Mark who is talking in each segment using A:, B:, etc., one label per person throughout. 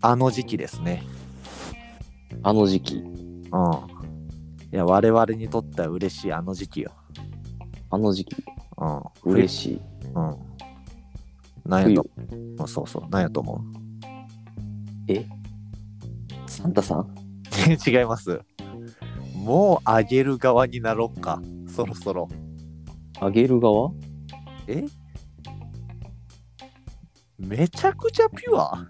A: あの時期ですね。
B: あの時期。
A: うん。いや、我々にとっては嬉しいあの時期よ。
B: あの時期。
A: うん。
B: 嬉しい。
A: うん。なんやと、うんそうそう、なんやと思う
B: サンタさん
A: 違います。もうあげる側になろっか、そろそろ。
B: あげる側
A: えめちゃくちゃピュア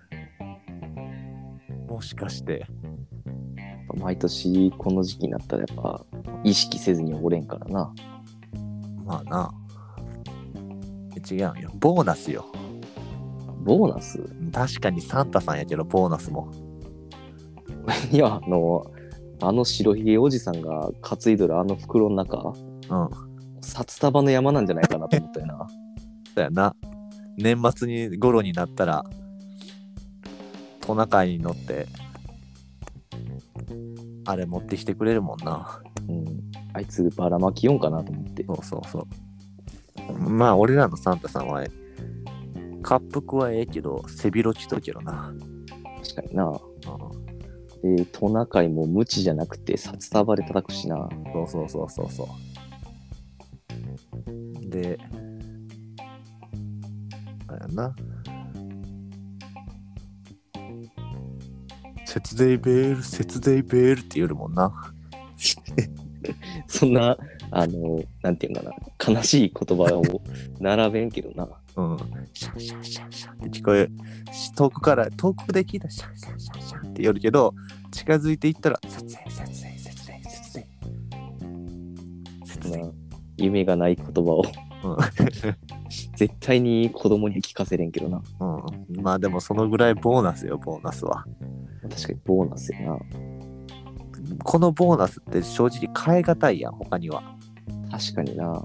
A: もしかして。
B: 毎年この時期になったらやっぱ意識せずにおれんからな。
A: まあな。違うよ。ボーナスよ。
B: ボーナス
A: 確かにサンタさんやけど、ボーナスも。
B: いや、あの、あの白ひげおじさんが担いどるあの袋の
A: う
B: 中、
A: ん。
B: 札束の山なんじゃない かなと思ったよな。
A: だよな。年末に頃になったら、トナカイに乗って、あれ持ってきてくれるもんな。
B: うん。あいつばらまきよんかなと思って。
A: そうそうそう。まあ、俺らのサンタさんは、滑腹はええけど、背広着とけどな。
B: 確かにな。
A: うん
B: で、トナカイも無知じゃなくて札束で叩くしな。
A: そうそうそうそうそう。で、あれやな。節税ベール、節税ベールって言えるもんな。
B: そんな、あの、なんていうんかな、悲しい言葉を並べんけどな。
A: うん。シャンシャンシャンシャンって聞こえる。し遠くから、遠くで聞いたらシャンシャンシャンシャンって言えるけど、近づいていったら、節税、節税、節税、節税。節
B: ま
A: 税。
B: あ夢がない言葉を絶対に子供には聞かせれんけどな。
A: うん。うん。まあでも、そのぐらいボーナスよ、ボーナスは。
B: 確かにボーナスや
A: このボーナスって正直変えがたいやん、他には。
B: な。確かにな。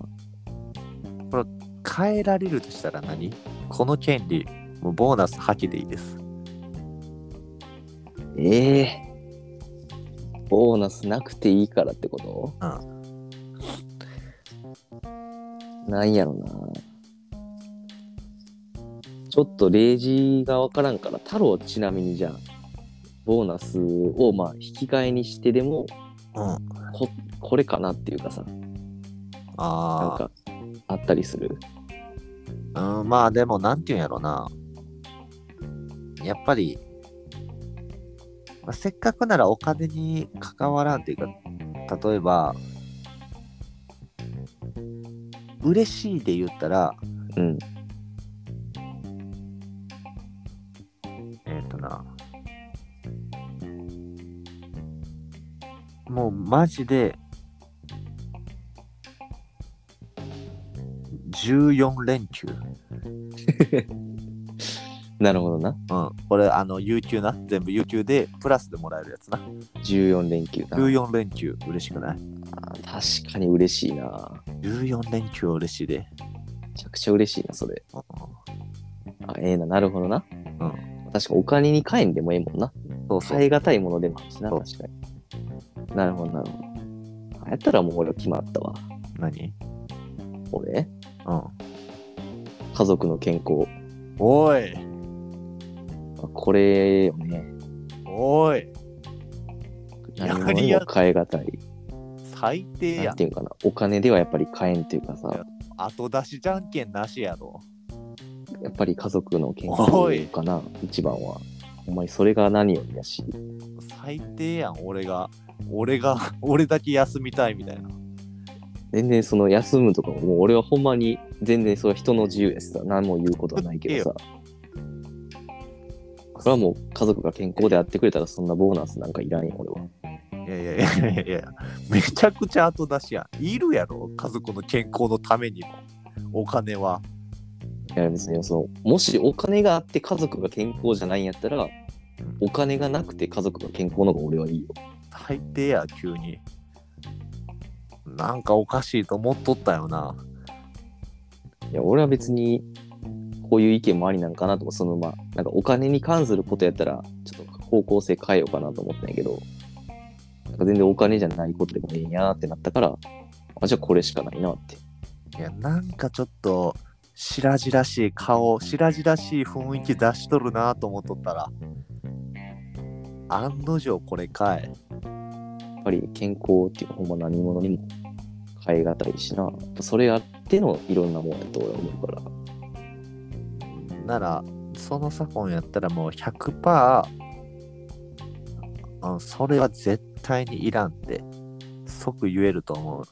A: 変えられるとしたら何この権利、もうボーナス破棄でいいです。
B: ええボーナスなくていいからってことなんやろな。ちょっと例示がわからんから、太郎ちなみにじゃあ、ボーナスをまあ引き換えにしてでも、
A: うん。あ
B: ここれかなっていうかさ、なん
A: あ
B: かあったりする。
A: ー。うん、まあでも、なんていうんやろな。やっぱり、まあ、せっかくならお金に関わらんっていうか、例えば、嬉しいで言ったら、
B: うん。
A: えっ、とな。もうマジで、14連休。
B: なるほどな。
A: うん。これ、あの、有給な。全部有給で、プラスでもらえるやつな。
B: 14連休な。
A: 14連休、嬉しくない
B: あー確かに嬉しいな。
A: ?14 連休は嬉しいで。
B: めちゃくちゃ嬉しいな、それ。
A: うん
B: あええな、なるほどな。
A: うん
B: 確かにお金に換えんでもええもんな。
A: そうそう。
B: 耐え難いものでもあるしな、
A: そう
B: 確かに。なるほど、なるほど。あやったらもう俺は決まったわ。
A: 何
B: 俺、
A: うん。
B: 家族の健康。
A: おい
B: あこれよね。
A: おいや
B: 何
A: はり
B: もに
A: や
B: も変え難い。
A: 最低
B: な
A: や
B: んて。いうんかな。お金ではやっぱり買えんっていうかさ、
A: 後出しじゃんけんなしやろ。
B: やっぱり家族の健
A: おい
B: 康かな、一番は。お前それが何よりやし。
A: 最低やん、俺が。俺が、 俺だけ休みたいみたいな。
B: 全然その休むとかももう俺はほんまに全然それは人の自由やしさ何も言うことはないけどさそれはもう家族が健康であってくれたらそんなボーナスなんかいらんよ俺はい
A: やいやいやいやいや、めちゃくちゃ後出しやん。いるやろ、家族の健康のためにも。お金は。
B: いや別にそのもしお金があって家族が健康じゃないんやったらお金がなくて家族が健康の方が俺はいいよ
A: 最低や、急に。なんかおかしいと思っとったよな。
B: いや俺は別にこういう意見もありなんかなとかそのまあなんかお金に関することやったらちょっと方向性変えようかなと思ったんやけどなんか全然お金じゃないことでもええんやーってなったからあじゃあこれしかないなって
A: いや、なんかちょっと、白々しい顔、白々しい雰囲気出しとるなと思っとったら、案の定これかい。
B: やっぱり健康っていうかほんま何者にも変えがたいしなそれあってのいろんなもんやと俺は思うから
A: なら、その左近やったらもう100%、うん、それは絶対にいらんって、即言えると思う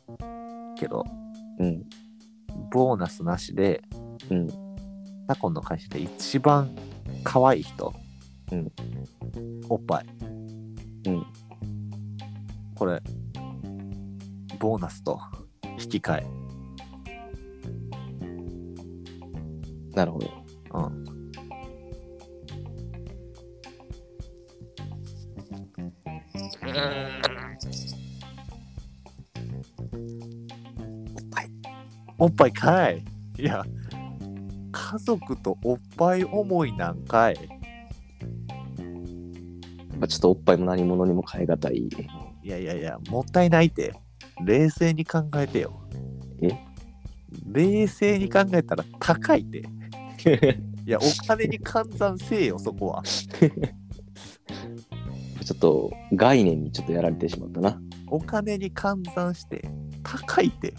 A: けど、
B: うん
A: ボーナスなしで、
B: うん
A: 左近の会社で一番可愛い人、
B: うん、
A: おっぱい、
B: うん、
A: これ、ボーナスと引き換え。
B: なるほど
A: うん。
B: おっぱい
A: おっぱいかいいや、家族とおっぱい思いなんかい。
B: やっぱちょっとおっぱいも何者にも変えがたい
A: いやいやいや、もったいないって。冷静に考えてよ。
B: え
A: 冷静に考えたら高いって。いや、お金に換算せえよ、そこは。
B: ちょっと概念にちょっとやられてしまったな
A: お金に換算して、高いって。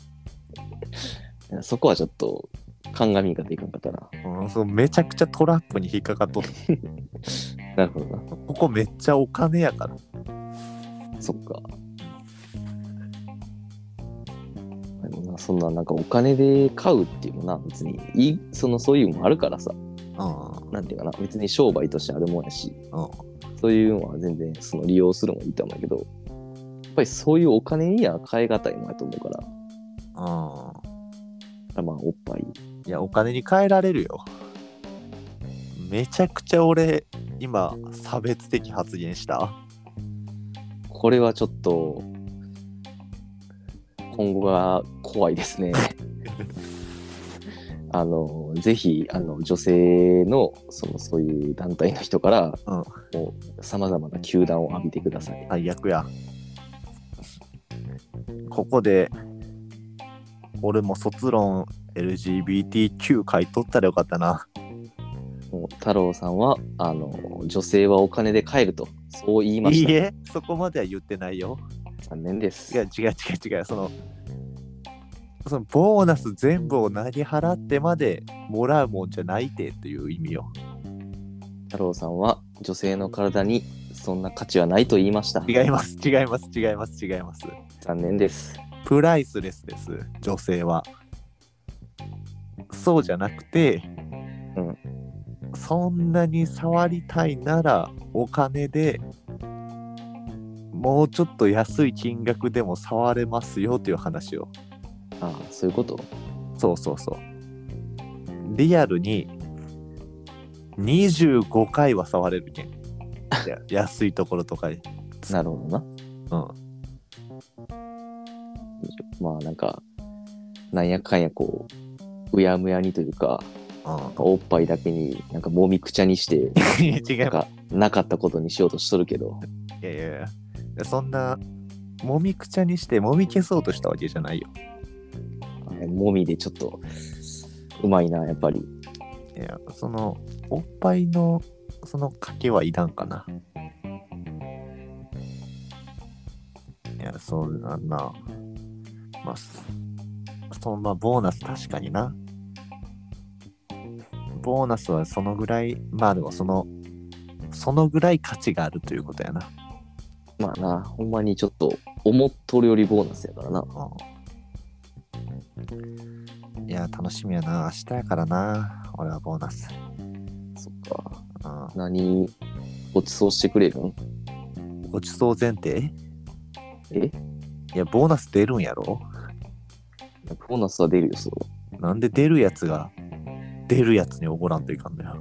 B: そこはちょっと鑑み方いかんかったな
A: うん、そうめちゃくちゃトラップに引っかかっとった。
B: なるほどな
A: ここめっちゃお金やから。
B: そっか。でもな、そんな、なんかお金で買うっていうのな、別にいい、その、そういうのもあるからさ、
A: うん。
B: なんていうかな、別に商売としてあるもんやし、
A: うん
B: そういうのは全然、その、利用するのもいいと思うけど、やっぱりそういうお金には変え難いもんやと思うから、だ
A: う
B: か
A: ん。
B: らまあ、おっぱい。
A: いや、お金に換えられるよ。めちゃくちゃ俺、今、差別的発言した。
B: これはちょっと、今後が怖いで すね。あの、ぜひ、あの、女性の、その、そういう団体の人から、
A: うん
B: もう、さまざまな球団を浴びてください。
A: 最悪や。ここで、俺も卒論 LGBTQ 書いとったらよかったな。
B: もう太郎さんは、あの、女性はお金で帰ると、そう言いま
A: い
B: し
A: い
B: た。
A: え、そこまでは言ってないよ。
B: 残念です。
A: いや、違う違う違う。その、そのボーナス全部を何払ってまでもらうもんじゃないてっていう意味よ。
B: 太郎さんは、女性の体に、そんな価値はないと言いました。
A: 違います、違います、違います、違います。
B: 残念です。
A: プライスレスです女性はそうじゃなくて、
B: うん
A: そんなに触りたいならお金でもうちょっと安い金額でも触れますよという話を
B: ああ、そういうこと。
A: そうそうそうリアルに25回は触れるけんや安いところとかに
B: なるほどな。
A: うん
B: まあなんか、なんやかんやこう、うやむやにというか、
A: うん
B: おっぱいだけに、なんかもみくちゃにして、
A: 違
B: なん
A: う
B: かなかったことにしようとしとるけど、
A: いやいやいやそんなもみくちゃにしてもみ消そうとしたわけじゃないよ
B: あれもみでちょっと、うまいな、やっぱり。
A: いやそのおっぱいのその賭けはいらんかないやそうだなまあそそのまあボーナス確かになボーナスはそのぐらいまあでもそのそのぐらい価値があるということやな
B: まあな、ほんまにちょっと、思っとるよりボーナスやからな。
A: うんいや、楽しみやな。明日やからな。俺はボーナス。
B: そっか。
A: うん
B: 何、ごちそうしてくれるん
A: ごちそう前提
B: え
A: いや、ボーナス出るんやろ
B: ボーナスは出るよ、それ
A: なんで出るやつが、出るやつにおごらんといかんのよ。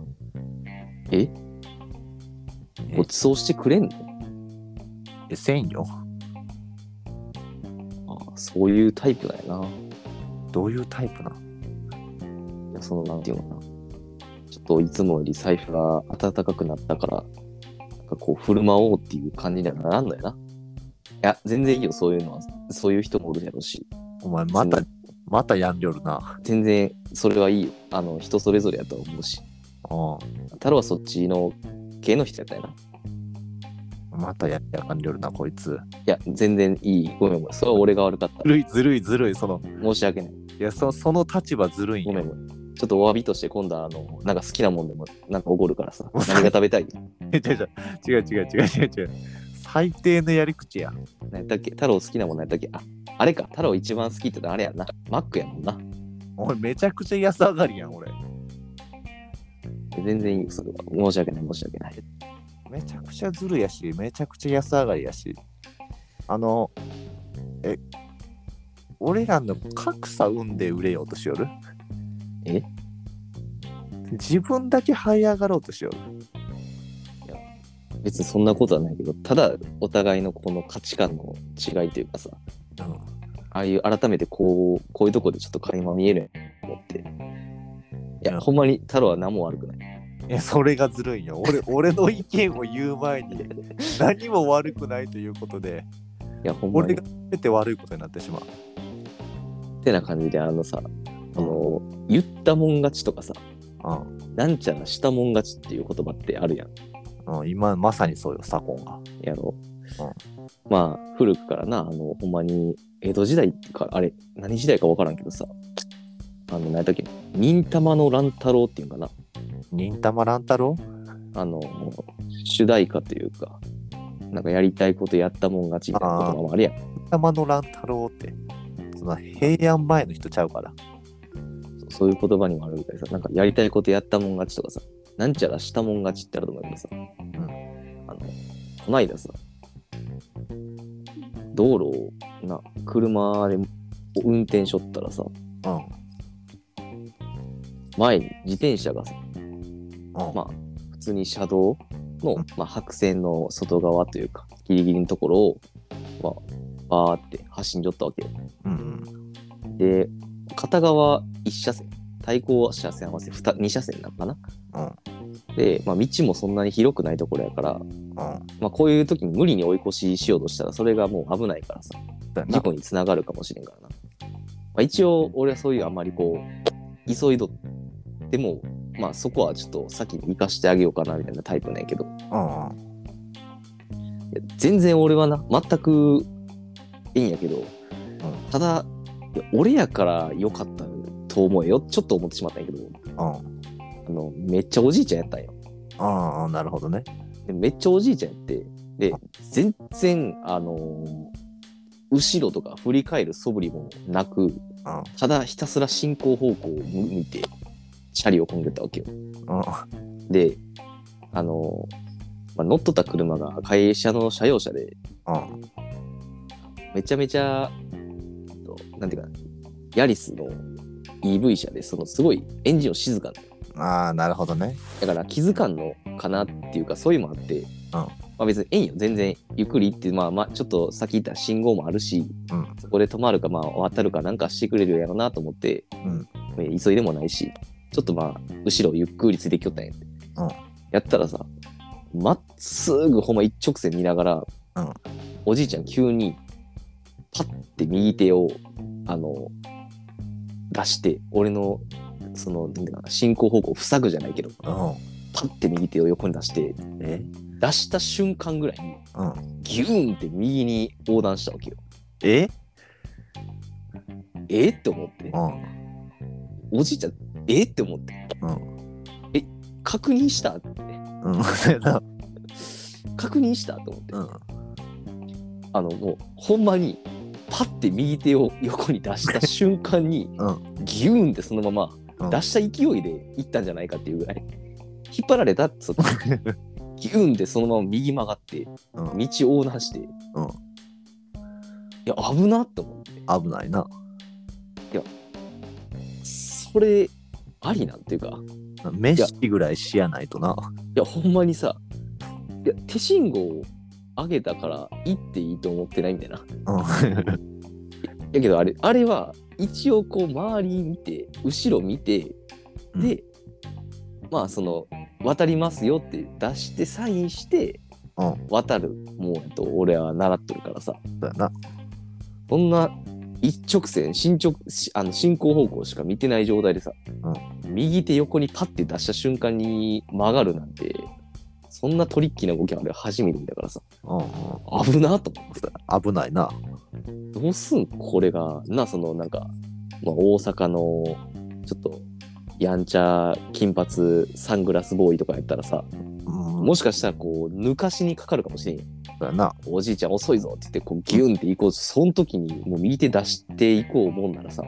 B: え
A: え
B: ごちそうしてくれんの
A: え、せんよ。
B: ああ、そういうタイプだよな。
A: どういうタイプない
B: やそのなんていうのかなちょっといつもより財布が暖かくなったからなんかこう振る舞おうっていう感じにはならんのやないや全然いいよそういうのはそういう人もおるやろうし
A: お前、また、またやんりょるな。
B: 全然それはいいよあの人それぞれやとは思うし
A: うん。
B: 太郎はそっちの系の人やったやな
A: またやりやがんりょるな、こいつ。
B: いや、全然いい。ごめんごめん。それは俺が悪かった
A: ず。るいずるいずるい、その、
B: 申し訳ない。
A: いや、そその立場ずるいん
B: ご
A: よ
B: めんごめん。ちょっとお詫びとして今度はあの、なんか好きなもんでもなんかおごるからさ。何が食べたい
A: 違う違う違う違う違う違う。最低のやり口や。
B: 何やったっけ太郎好きなもん何やったっけあ、あれか。太郎一番好きってのはあれやんな。マックやもんな。
A: 俺めちゃくちゃ安上がりやん、俺。
B: 全然いいよ、それは。申し訳ない、申し訳ない。
A: めちゃくちゃずるやし、めちゃくちゃ安上がりやし。あの、え、俺らの格差生んで売れようとしよる
B: え
A: 自分だけ這い上がろうとしよる。
B: 別にそんなことはないけど、ただお互いのこの価値観の違いというかさ、ああいう改めてこう、こういうとこでちょっと垣間見えると思って。い
A: うん
B: や、ほんまに太郎は何も悪くない。
A: え、それがずるいよ。俺、 俺の意見を言う前に、何も悪くないということで、
B: いや、ほんま
A: 俺
B: に
A: が。全て悪いことになってしまう。
B: ってな感じで、あのさ、あの、言ったもん勝ちとかさ、
A: うん
B: なんちゃらしたもん勝ちっていう言葉ってあるやん。い
A: うん、今まさにそうよ、左近が。
B: やあの、まあ、古くからな、あの、ほんまに、江戸時代から、あれ、何時代か分からんけどさ、あの、何やったっけ、忍たまの乱太郎っていうんかな、
A: 忍たま乱太郎
B: あの、主題歌というか、なんかやりたいことやったもん勝ちみたいな言葉もあるやん。
A: 忍たまの乱太郎って、その平安前の人ちゃうから。
B: そうそういう言葉にもあるみたいでさ、なんかやりたいことやったもん勝ちとかさ、なんちゃらしたもん勝ちってあると思うけどさ、あの、こないださ、道路をな、車で運転しょったらさ、
A: うん。
B: 前に自転車がさ、
A: うん
B: まあ、普通に車道の
A: うん、
B: まあ、白線の外側というか、ギリギリのところを、まあ、バーって走んじょったわけよ。
A: うん
B: で、片側1車線、対向車線合わせ 2, 2車線なのかな。で、まあ、道もそんなに広くないところやから、
A: うん。
B: まあ、こういう時に無理に追い越ししようとしたら、それがもう危ないからさ、
A: だ
B: 事
A: な
B: 故につながるかもしれんからな。まあ、一応、俺はそういうあんまりこう、急いどっても、まあそこはちょっと先に行かしてあげようかなみたいなタイプなんやけど、い
A: うんうん。
B: や全然俺はな、全くいいんやけど、ただ、いや俺やから良かったと思えよ、ちょっと思ってしまったんやけど、
A: うん。
B: あの、めっちゃおじいちゃんやったんよ。
A: うんうん。なるほどね。
B: でめっちゃおじいちゃんやって、で、全然、あのー後ろとか振り返る素振りもなく、
A: うん。
B: ただひたすら進行方向を向いて、チャリをこんでたわけよ。
A: うん。
B: で、あのーまあ、乗っとった車が会社の車用車で、
A: うん。
B: めちゃめちゃ、えっとなんていうかな、ヤリスの EV 車で、そのすごいエンジンを静かに
A: ああ、なるほどね。
B: だから気づかんのかなっていうかそういうのもあって、まあ、別にええんよ全然ゆっくり行ってまあまあちょっと先行ったら信号もあるし、
A: うん
B: そこで止まるかまあ渡るかなんかしてくれるやろうなと思って、
A: ん
B: え急いでもないしちょっとまあ後ろをゆっくりついてきよったんやって、
A: うん
B: やったらさまっすぐほんま一直線見ながら、
A: うん
B: おじいちゃん急にパッて右手をあの出して俺のそのなんていうかな進行方向を塞ぐじゃないけど
A: うん。
B: パッて右手を横に出して
A: え
B: 出した瞬間ぐらいに
A: うん。
B: ギューンって右に横断したわけよ
A: え
B: えーって思って
A: うん。
B: おじいちゃんえーって思って、
A: う
B: え確認したって
A: うん。 せな
B: 確認したと思って
A: うん。
B: あのもうほんまにパッて右手を横に出した瞬間に、
A: う
B: ギューンってそのま
A: うん
B: ま出した勢いで行ったんじゃないかっていうぐらい引っ張られたっ つってギューンってそのまま右曲がって
A: うん。
B: 道横断して、
A: うん
B: いや危なって思って
A: 危ないな。
B: それありなんていうかい
A: メッシぐらいしやないとな。
B: やほんまにさいや手信号を上げたから行っていいと思ってないみたいな
A: うん。
B: やけどあれあれは一応こう周り見て後ろ見てで、まあその渡りますよって出してサインして、
A: うん
B: 渡るもうと俺は習っとるからさ
A: だな。
B: そんな一直線進直しあの進行方向しか見てない状態でさ、右手横にパッて出した瞬間に曲がるなんてそんなトリッキーな動きは俺初めて見たからさ、
A: うんうん、
B: 危なと思ってさ、
A: 危ないな。
B: どうすんこれが、な、そのなんか、まあ、大阪の、ちょっと、やんちゃ、金髪、サングラスボーイとかやったらさ、
A: うん、
B: もしかしたらこう、抜かしにかかるかもしれんよ
A: そうやな。
B: おじいちゃん遅いぞって言ってこうギュンって行こうとその時にもう右手出していこうもんならさ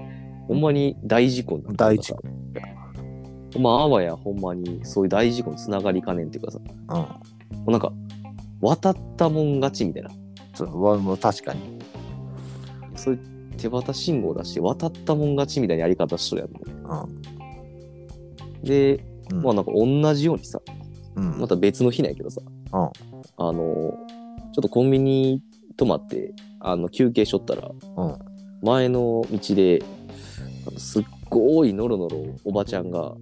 B: ほんまに大事故になるから
A: 大事
B: さほんまあわやほんまにそういう大事故につながりかねんっていうかさも
A: うん。
B: うなんか渡ったもん勝ちみたいな
A: そうわもう確かに。
B: そういう手旗信号出して渡ったもん勝ちみたいなやり方しとるや
A: う
B: ん
A: ん。
B: で
A: うん
B: まあなんか同じようにさ
A: うん、
B: また別の日なんやけどさ、
A: うん
B: あのちょっとコンビニ泊まってあの休憩しとったら、
A: うん
B: 前の道であのすっごいノロノロおばちゃんがあ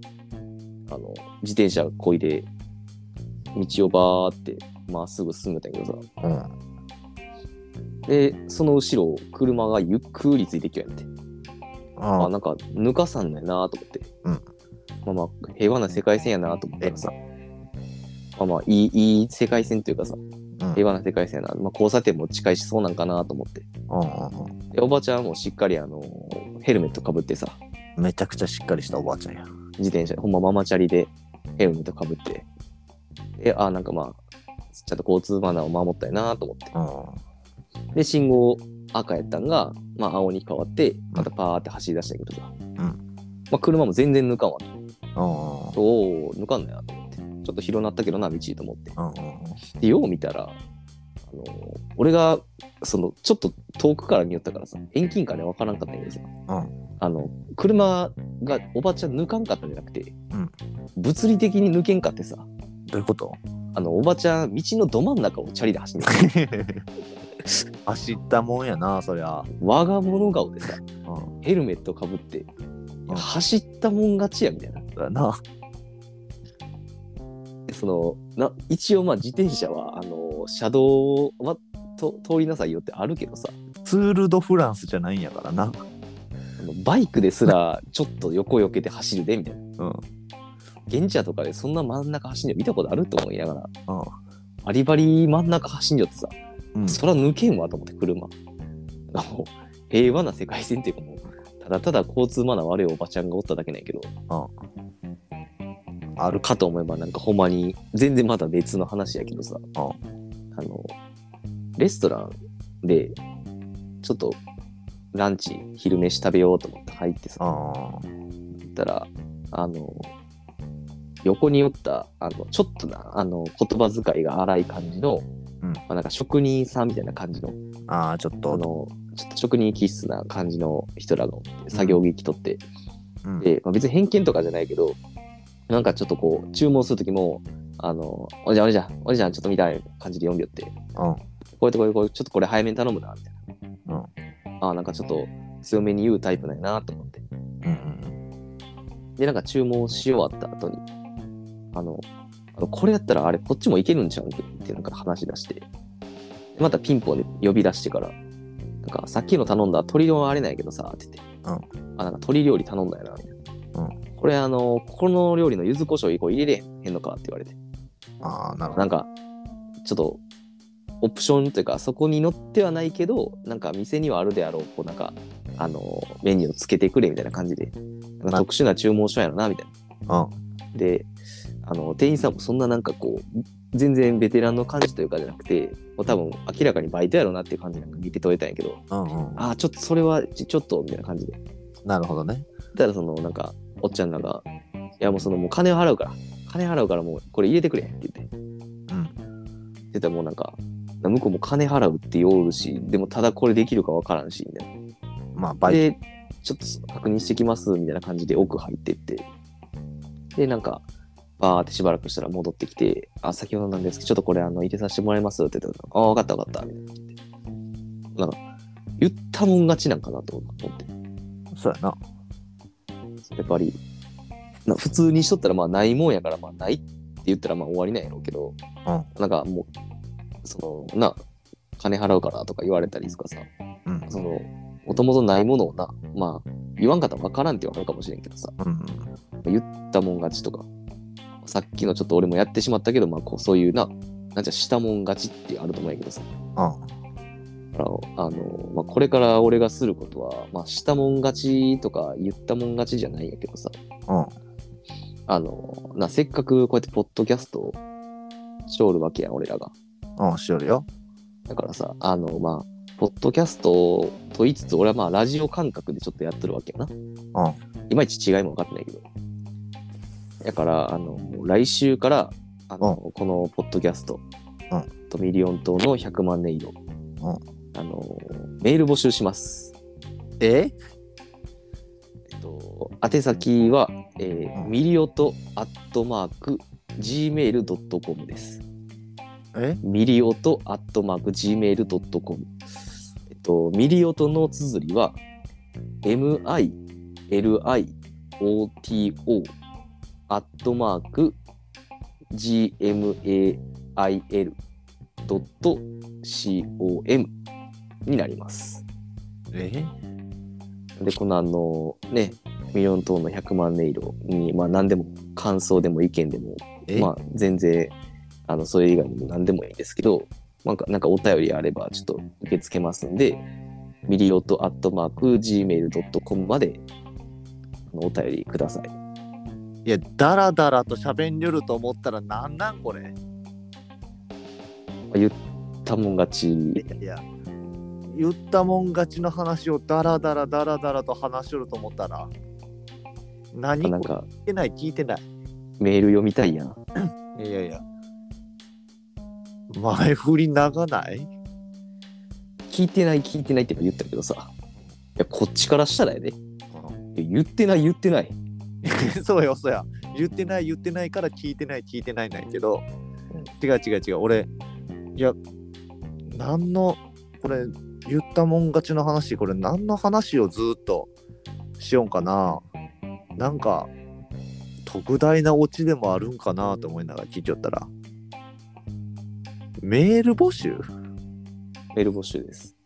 B: の自転車こいで道をバーってまっすぐ進んでたんやけどさ
A: うん。
B: でその後ろを車がゆっくりついてきようやんって、
A: あ
B: あなんか抜かさんねんなと思って、
A: うん
B: まあまあ平和な世界線やなと思ったらさまあまあいいいい世界線というかさ
A: うん。
B: 平和な世界線やな、まあ、交差点も近いしそうなんかなと思って
A: うんうん
B: でおばちゃんもしっかりあのヘルメットかぶってさ
A: うん。めちゃくちゃしっかりしたおばあちゃんや。
B: 自転車ほんまママチャリでヘルメットかぶってであなんかまあちゃんと交通マナーを守ったよなと思って
A: う
B: で信号赤やったんが、まあ、青に変わってまたパーって走り出したんやけどさ、まあ、車も全然抜かんわ
A: ん。うん。
B: おお抜かんなやと思ってちょっと広なったけどな道と思って
A: うんうん
B: でよう見たらあの俺がそのちょっと遠くから見よったからさ遠近感で分からんかったんやけどさ、
A: うん
B: あの車がおばちゃん抜かんかったんじゃなくて、
A: うん
B: 物理的に抜けんかってさ
A: どういうこと
B: あのおばちゃん道のど真ん中をチャリで走ってる
A: 走ったもんやな、そりゃ。
B: 我が物顔でさ
A: うん。
B: ヘルメットかぶっていや
A: うん
B: 走ったもん勝ちやみたいな
A: そうやな。
B: でそのな一応まあ自転車はあの車道はと通りなさいよってあるけどさ
A: ツール・ド・フランスじゃないんやからな。
B: あのバイクですらちょっと横よけて走るでみたいな
A: うん。
B: 現地やとかでそんな真ん中走んの見たことあると思いながら
A: うん。
B: バリバリ真ん中走んじゃってさ、
A: うん、
B: そら抜けんわと思って車あの平和な世界線っていうかもうただただ交通マナー悪いおばちゃんがおっただけなんやけど
A: あるか。
B: かと思えばなんかほんまに全然まだ別の話やけどさ
A: ああ
B: あのレストランでちょっとランチ昼飯食べようと思って入ってさ
A: あ
B: 行ったらあの横に寄ったあのちょっとなあの言葉遣いが荒い感じの、
A: うん
B: まあ、なんか職人さんみたいな感じの
A: あー、ちょっ
B: あの
A: と。
B: ちょっと職人気質な感じの人らがおって作業着着とって、
A: うん
B: で、まあ、別に偏見とかじゃないけどなんかちょっとこう注文する時も「あのおじゃんおじゃんおじゃんちょっと」みたいな感じで読んでよって
A: うん。
B: 「こうやってこれこれちょっとこれ早めに頼むな」みたいな、ああなんかちょっと強めに言うタイプなんやなと思って。
A: うん。
B: で、なんか注文し終わった後に、あの、あのこれやったらあれこっちもいけるんちゃうんけってなんか話し出して、でまたピンポンで呼び出してから、なんかさっきの頼んだ鶏料理あれないけどさ、って言って、あ、なんか鶏料理頼んだよな、みたいな。
A: う
B: これあの、ここの料理の柚子胡椒以降入れれへんのかって言われて、
A: ああ、なるほ
B: なんか、ちょっと、オプションというか、そこに載ってはないけど、なんか店にはあるであろう、こうなんか、あの、メニューをつけてくれみたいな感じで、なんか特殊な注文書やろな、みたいな。
A: ど。
B: であの店員さんもそんななんかこう全然ベテランの感じというかじゃなくてもう多分明らかにバイトやろうなっていう感じなんか見て取れたんやけど
A: うん。うんうん。
B: ああちょっとそれはちちょっとみたいな感じでだ
A: なるほどね。
B: からそのなんかおっちゃんらが「いやもうそのもう金を払うから金払うからもうこれ入れてくれ」って言って
A: うん。
B: 言ったらもうなんか向こうも金払うって言おるしでもただこれできるかわからんしみたいな
A: まあ、バイ
B: で、ちょっと確認してきますみたいな感じで奥入ってって、で、なんか、バーってしばらくしたら戻ってきて、あ、先ほどなんですけど、ちょっとこれあの入れさせてもらいますって言ったら、あ、わかったわかった、みたいな感じで。なんか、言ったもん勝ちなんかなと思って、
A: ト。そうやな。
B: やっぱり、な普通にしとったら、まあ、ないもんやから、まあ、ないって言ったら、まあ、終わりなんやろうけど、
A: う
B: なんかもう、その、な、金払うからとか言われたりとかさ、
A: うん。
B: その、もともとないものをな、まあ、言わんかったら分からんってわかるかもしれんけどさ、
A: うん。
B: 言ったもん勝ちとか、さっきのちょっと俺もやってしまったけど、まあ、こうそういうな、なんじゃ、したもん勝ちってあると思うんやけどさ。だからあの、まあ、これから俺がすることは、まあ、したもん勝ちとか言ったもん勝ちじゃないんやけどさ。
A: うん。
B: あの、な、せっかくこうやってポッドキャストをしおるわけやん、俺らが。
A: うん。うん、しよるよ。
B: だからさ、あの、まあ、ポッドキャストと言いつつ、俺はまあ、ラジオ感覚でちょっとやってるわけやな。いまいち違いも分かってないけど。だから、あの、もう来週から、あの、このポッドキャスト、
A: う
B: とミリオン島の100万年色、あの、メール募集します。
A: え
B: えっと、宛先は、えー
A: うん
B: ミリオトアットマーク gmail.com です。
A: え
B: ミリオトアットマーク gmail.com。えっと、ミリオトの綴りは、milioto アットマーク gmail.com になります。
A: え
B: で、このあの、ね、ミリオン等の100万音色に、まあ何でも感想でも意見でも、
A: え、
B: まあ全然、あの、それ以外にも何でもいいですけど、なんか、なんかお便りあればちょっと受け付けますんで、ミリオトアットマーク gmail.com まであのお便りください。
A: いや、だらだらと喋んりょると思ったらなんなんこれ。
B: 言ったもん勝ち。
A: いや、言ったもん勝ちの話をだらだらだらだらと話しよると思ったら、何
B: なん
A: これ
B: か
A: 聞いてない聞いてない。
B: メール読みたいやん。
A: いやいや。前振り長ない
B: 聞いてない聞いてないって言ったけどさ。いや、こっちからしたらやで。いや言ってない言ってない。
A: そうよそうや言ってない言ってないから聞いてない聞いてないなんやけど、
B: うん
A: 違う違う違う俺いや何のこれ言ったもん勝ちの話これ何の話をずーっとしよんかななんか特大なオチでもあるんかなと思いながら聞いちゃったらメール募集
B: メール募集です。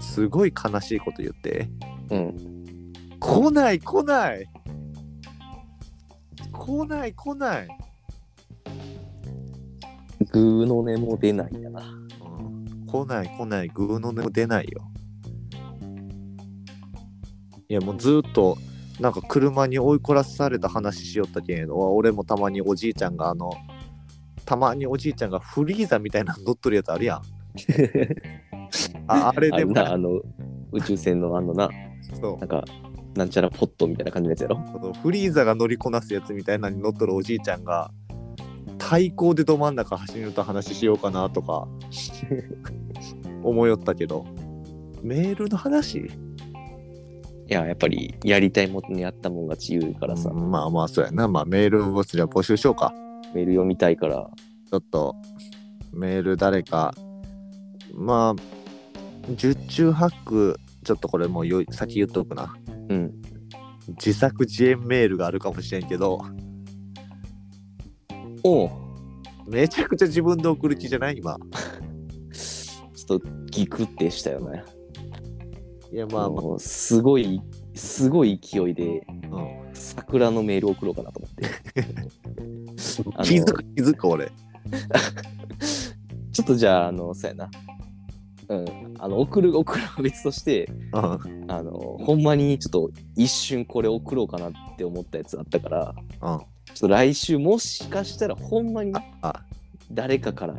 A: すごい悲しいこと言って
B: うん。
A: 来ない来ない来ない来ない
B: グーの音も出ないやな。
A: うん来ない来ないグーの音も出ないよいやもうずーっとなんか車に追いこらされた話しよったけれど俺もたまにおじいちゃんがあのたまにおじいちゃんがフリーザみたいなの乗っとるやつあるやん ああれ
B: あ
A: で
B: ん
A: も
B: な、あの、宇宙船のあのな、
A: そう
B: なんか、なんちゃらポットみたいな感じのやつやろ。
A: そのフリーザが乗りこなすやつみたいなのに乗っとるおじいちゃんが対向でど真ん中走ると話しようかなとか思いよったけどメールの話
B: いや、やっぱり、やりたいもんにあったもん勝ち言うからさ、
A: うんまあまあそうやなまあメールをじゃあ募集しようか
B: メール読みたいから、
A: ちょっとメール誰かまあ十中八九ちょっとこれもうよい先言っとくな
B: うん。
A: 自作自演メールがあるかもしれんけど
B: おう
A: めちゃくちゃ自分で送る気じゃない今
B: ちょっと、ギクってしたよね。
A: いやまあま
B: もうすごい、すごい勢いで、
A: あ、うん
B: 桜のメール送ろうかなと思って。 あの
A: 気づく気づく俺
B: ちょっとじゃあ、あの、そうやな。うん。あの、送る、送るは別として、
A: うん
B: あの、ほんまにちょっと一瞬これ送ろうかなって思ったやつあったから、
A: うん
B: ちょっと来週もしかしたらほんまに
A: あ
B: 誰かから、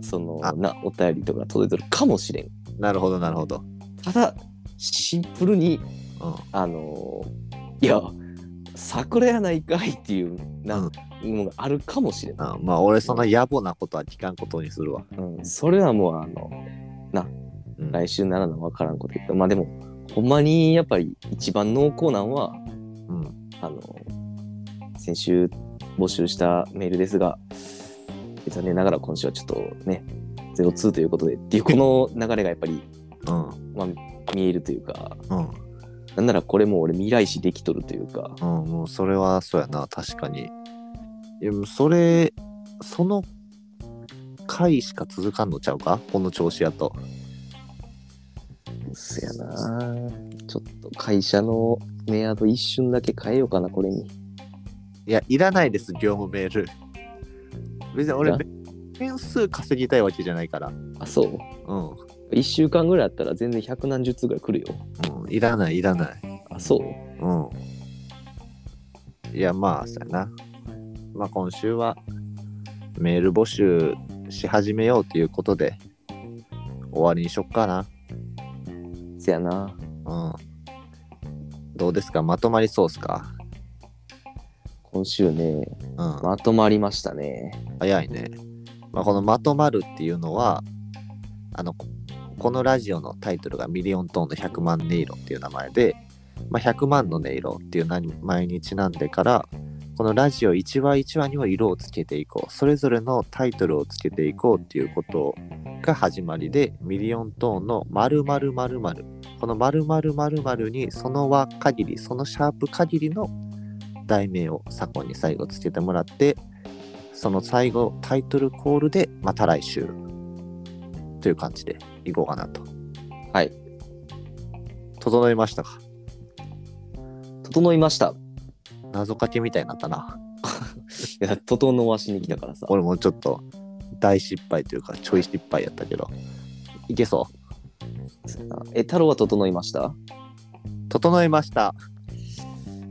B: その
A: あ
B: な、お便りとか届いてるかもしれん。
A: なるほどなるほど
B: ただ、シンプルに、
A: うん
B: あのいや、桜やないかいっていうな、のがあるかもしれん。
A: あまあ俺そんな野暮なことは聞かんことにするわ、
B: うん、それはもうあの、
A: うん
B: 来週ならのわからんこと言って、まあでも、ほんまにやっぱり一番濃厚なんは、
A: うん
B: あの、先週募集したメールですが、残念ながら今週はちょっとね、02ということで、っていうこの流れがやっぱり、
A: うん
B: まあ、見えるというか、
A: うん
B: なんならこれもう俺未来視できとるというか、
A: うんもうそれはそうやな確かにいやもうそれその回しか続かんのちゃうかこの調子やと
B: そやなちょっと会社のメアド一瞬だけ変えようかな、これに。
A: いや、いらないです、業務メール。別に
B: い
A: 俺
B: ら、
A: 点数稼ぎたいわけじゃないから。
B: あ、そう。
A: うん。う
B: 1週間ぐらいあったら全然百何十通ぐらい来るよ。
A: ん、いらない、いらない。
B: あ、そう。
A: うん。いや、まあ、そうやな。まあ、今週は、メール募集し始めようということで、終わりにしよっかな。
B: せやな。
A: うん。どうですかまとまりそうっすか
B: 今週ね、
A: うん。
B: まとまりましたね。
A: 早いね。まあ、このまとまるっていうのは、あの、ここのラジオのタイトルがミリオントーンの100万音色っていう名前で、まあ、100万の音色っていう名前にちなんでから、このラジオ1話1話にも色をつけていこう。それぞれのタイトルをつけていこうっていうことが始まりで、ミリオントーンの〇〇〇〇。この〇〇〇〇にその輪限り、そのシャープ限りの題名を左近に最後つけてもらって、その最後タイトルコールでまた来週という感じでいこうかなと。
B: はい。
A: 整いましたか
B: 整いました。
A: 謎かけみたいになったな。
B: いや、整わしに来たからさ。
A: 俺もちょっと大失敗というかちょい失敗やったけど。いけそ
B: せやなえ、太郎は整いました
A: う。整いました。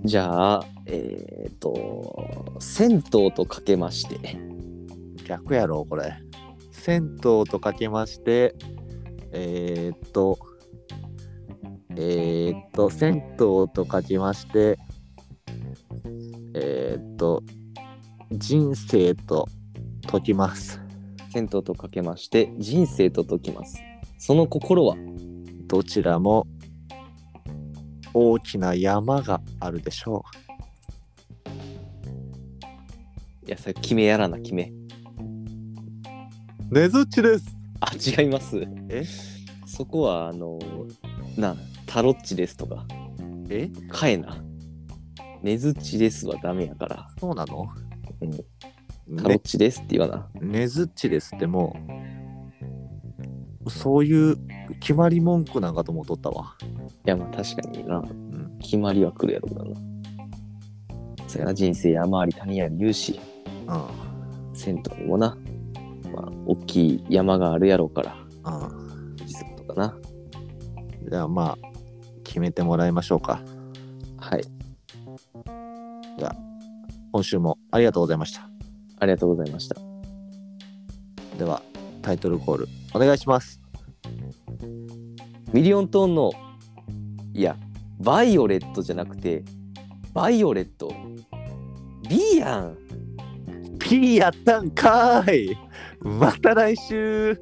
B: じゃあ、えっ、と、銭湯とかけまして、
A: 逆やろ、これ。銭湯とかけまして、えー、っと、えー、っと、銭湯とかけまして、えー、っと、人生と解きます。
B: 銭湯とかけまして、人生と解きます。その心は、
A: どちらも大きな山があるでしょ
B: いや、それ決めやらな、決
A: う。
B: め。
A: ねずっちです。
B: あ、違います。
A: え
B: そこは、あの、な、タロッチですとか、
A: え
B: かえな。ねずちですはダメやから、
A: そうなの、
B: うんタロッ
A: ね、
B: チですって言わな。
A: ねずっちですってもう、そういう決まり文句なんかと思っとったわ。
B: いや、まあ確かにな。
A: うん、
B: 決まりは来るやろうからな。そやな、人生山あり谷あり言うし、
A: うん、
B: 銭湯にもな、まあ、大きい山があるやろうから、
A: う
B: 実とかな。
A: ん。じゃあまあ、決めてもらいましょうか。
B: はい、
A: 今週もありがとうございました。
B: ありがとうございました。
A: では、タイトルコール、お願いします。
B: ミリオントーンの、いや、バイオレットじゃなくて、バイオレット。B やん
A: P やったんかーいまた来週